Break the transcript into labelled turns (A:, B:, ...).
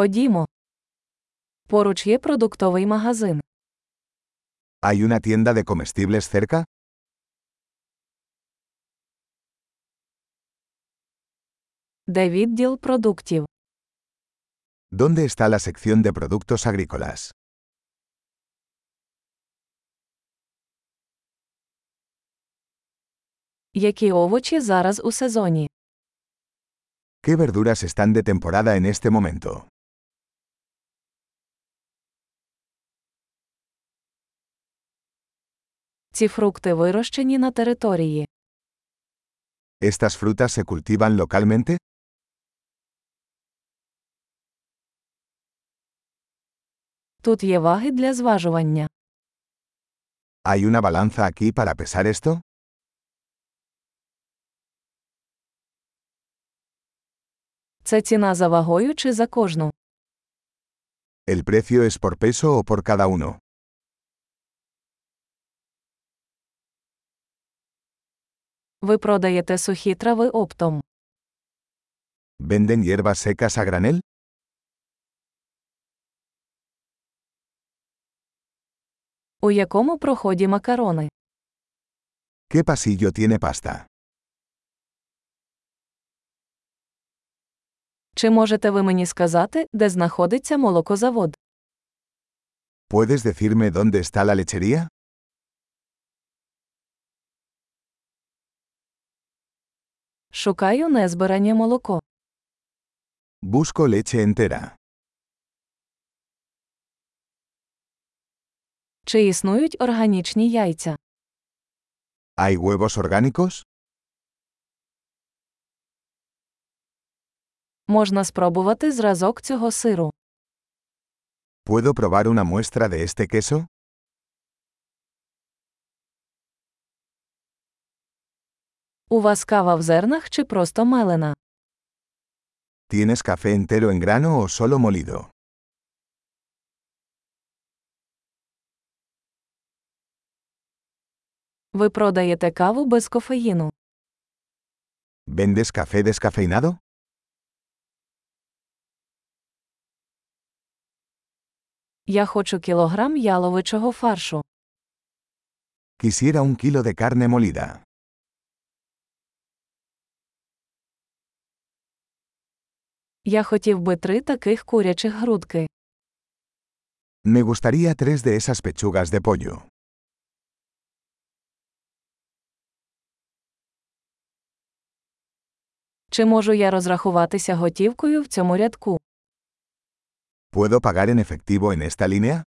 A: Ходімо. Поруч є продуктовий магазин.
B: ¿Hay una tienda de comestibles cerca?
A: Де відділ продуктів?
B: ¿Dónde está la sección de productos agrícolas?
A: Які овочі зараз у сезоні?
B: ¿Qué verduras están de temporada en este momento?
A: Ці фрукти вирощені на території.
B: ¿Estas frutas se cultivan localmente?
A: Тут є ваги для зважування.
B: ¿Hay una balanza aquí para pesar esto?
A: Це ціна за вагою чи за кожну.
B: ¿El precio es por peso o por cada uno?
A: Ви продаєте сухі трави оптом.
B: ¿Venden hierbas secas a granel?
A: У якому проході макарони?
B: ¿Qué pasillo tiene pasta?
A: Чи можете ви мені сказати, де знаходиться молокозавод?
B: ¿Puedes decirme dónde está la lechería?
A: Шукаю незбирання молоко.
B: Busco leche entera.
A: Чи існують органічні яйця?
B: ¿Hay huevos orgánicos?
A: Можна спробувати зразок цього сиру.
B: ¿Puedo probar una muestra de este queso?
A: У вас кава в зернах чи просто мелена?
B: ¿Tienes café entero en grano o solo molido?
A: Ви продаєте каву без кофеїну.
B: ¿Vendes café descafeinado?
A: Я хочу кілограм яловичого фаршу.
B: Quisiera un kilo de carne molida.
A: Я хотів би три таких курячих грудки.
B: Me gustaría tres de esas pechugas de pollo.
A: Чи можу я розрахуватися готівкою в цьому рядку?
B: ¿Puedo pagar en efectivo en esta línea?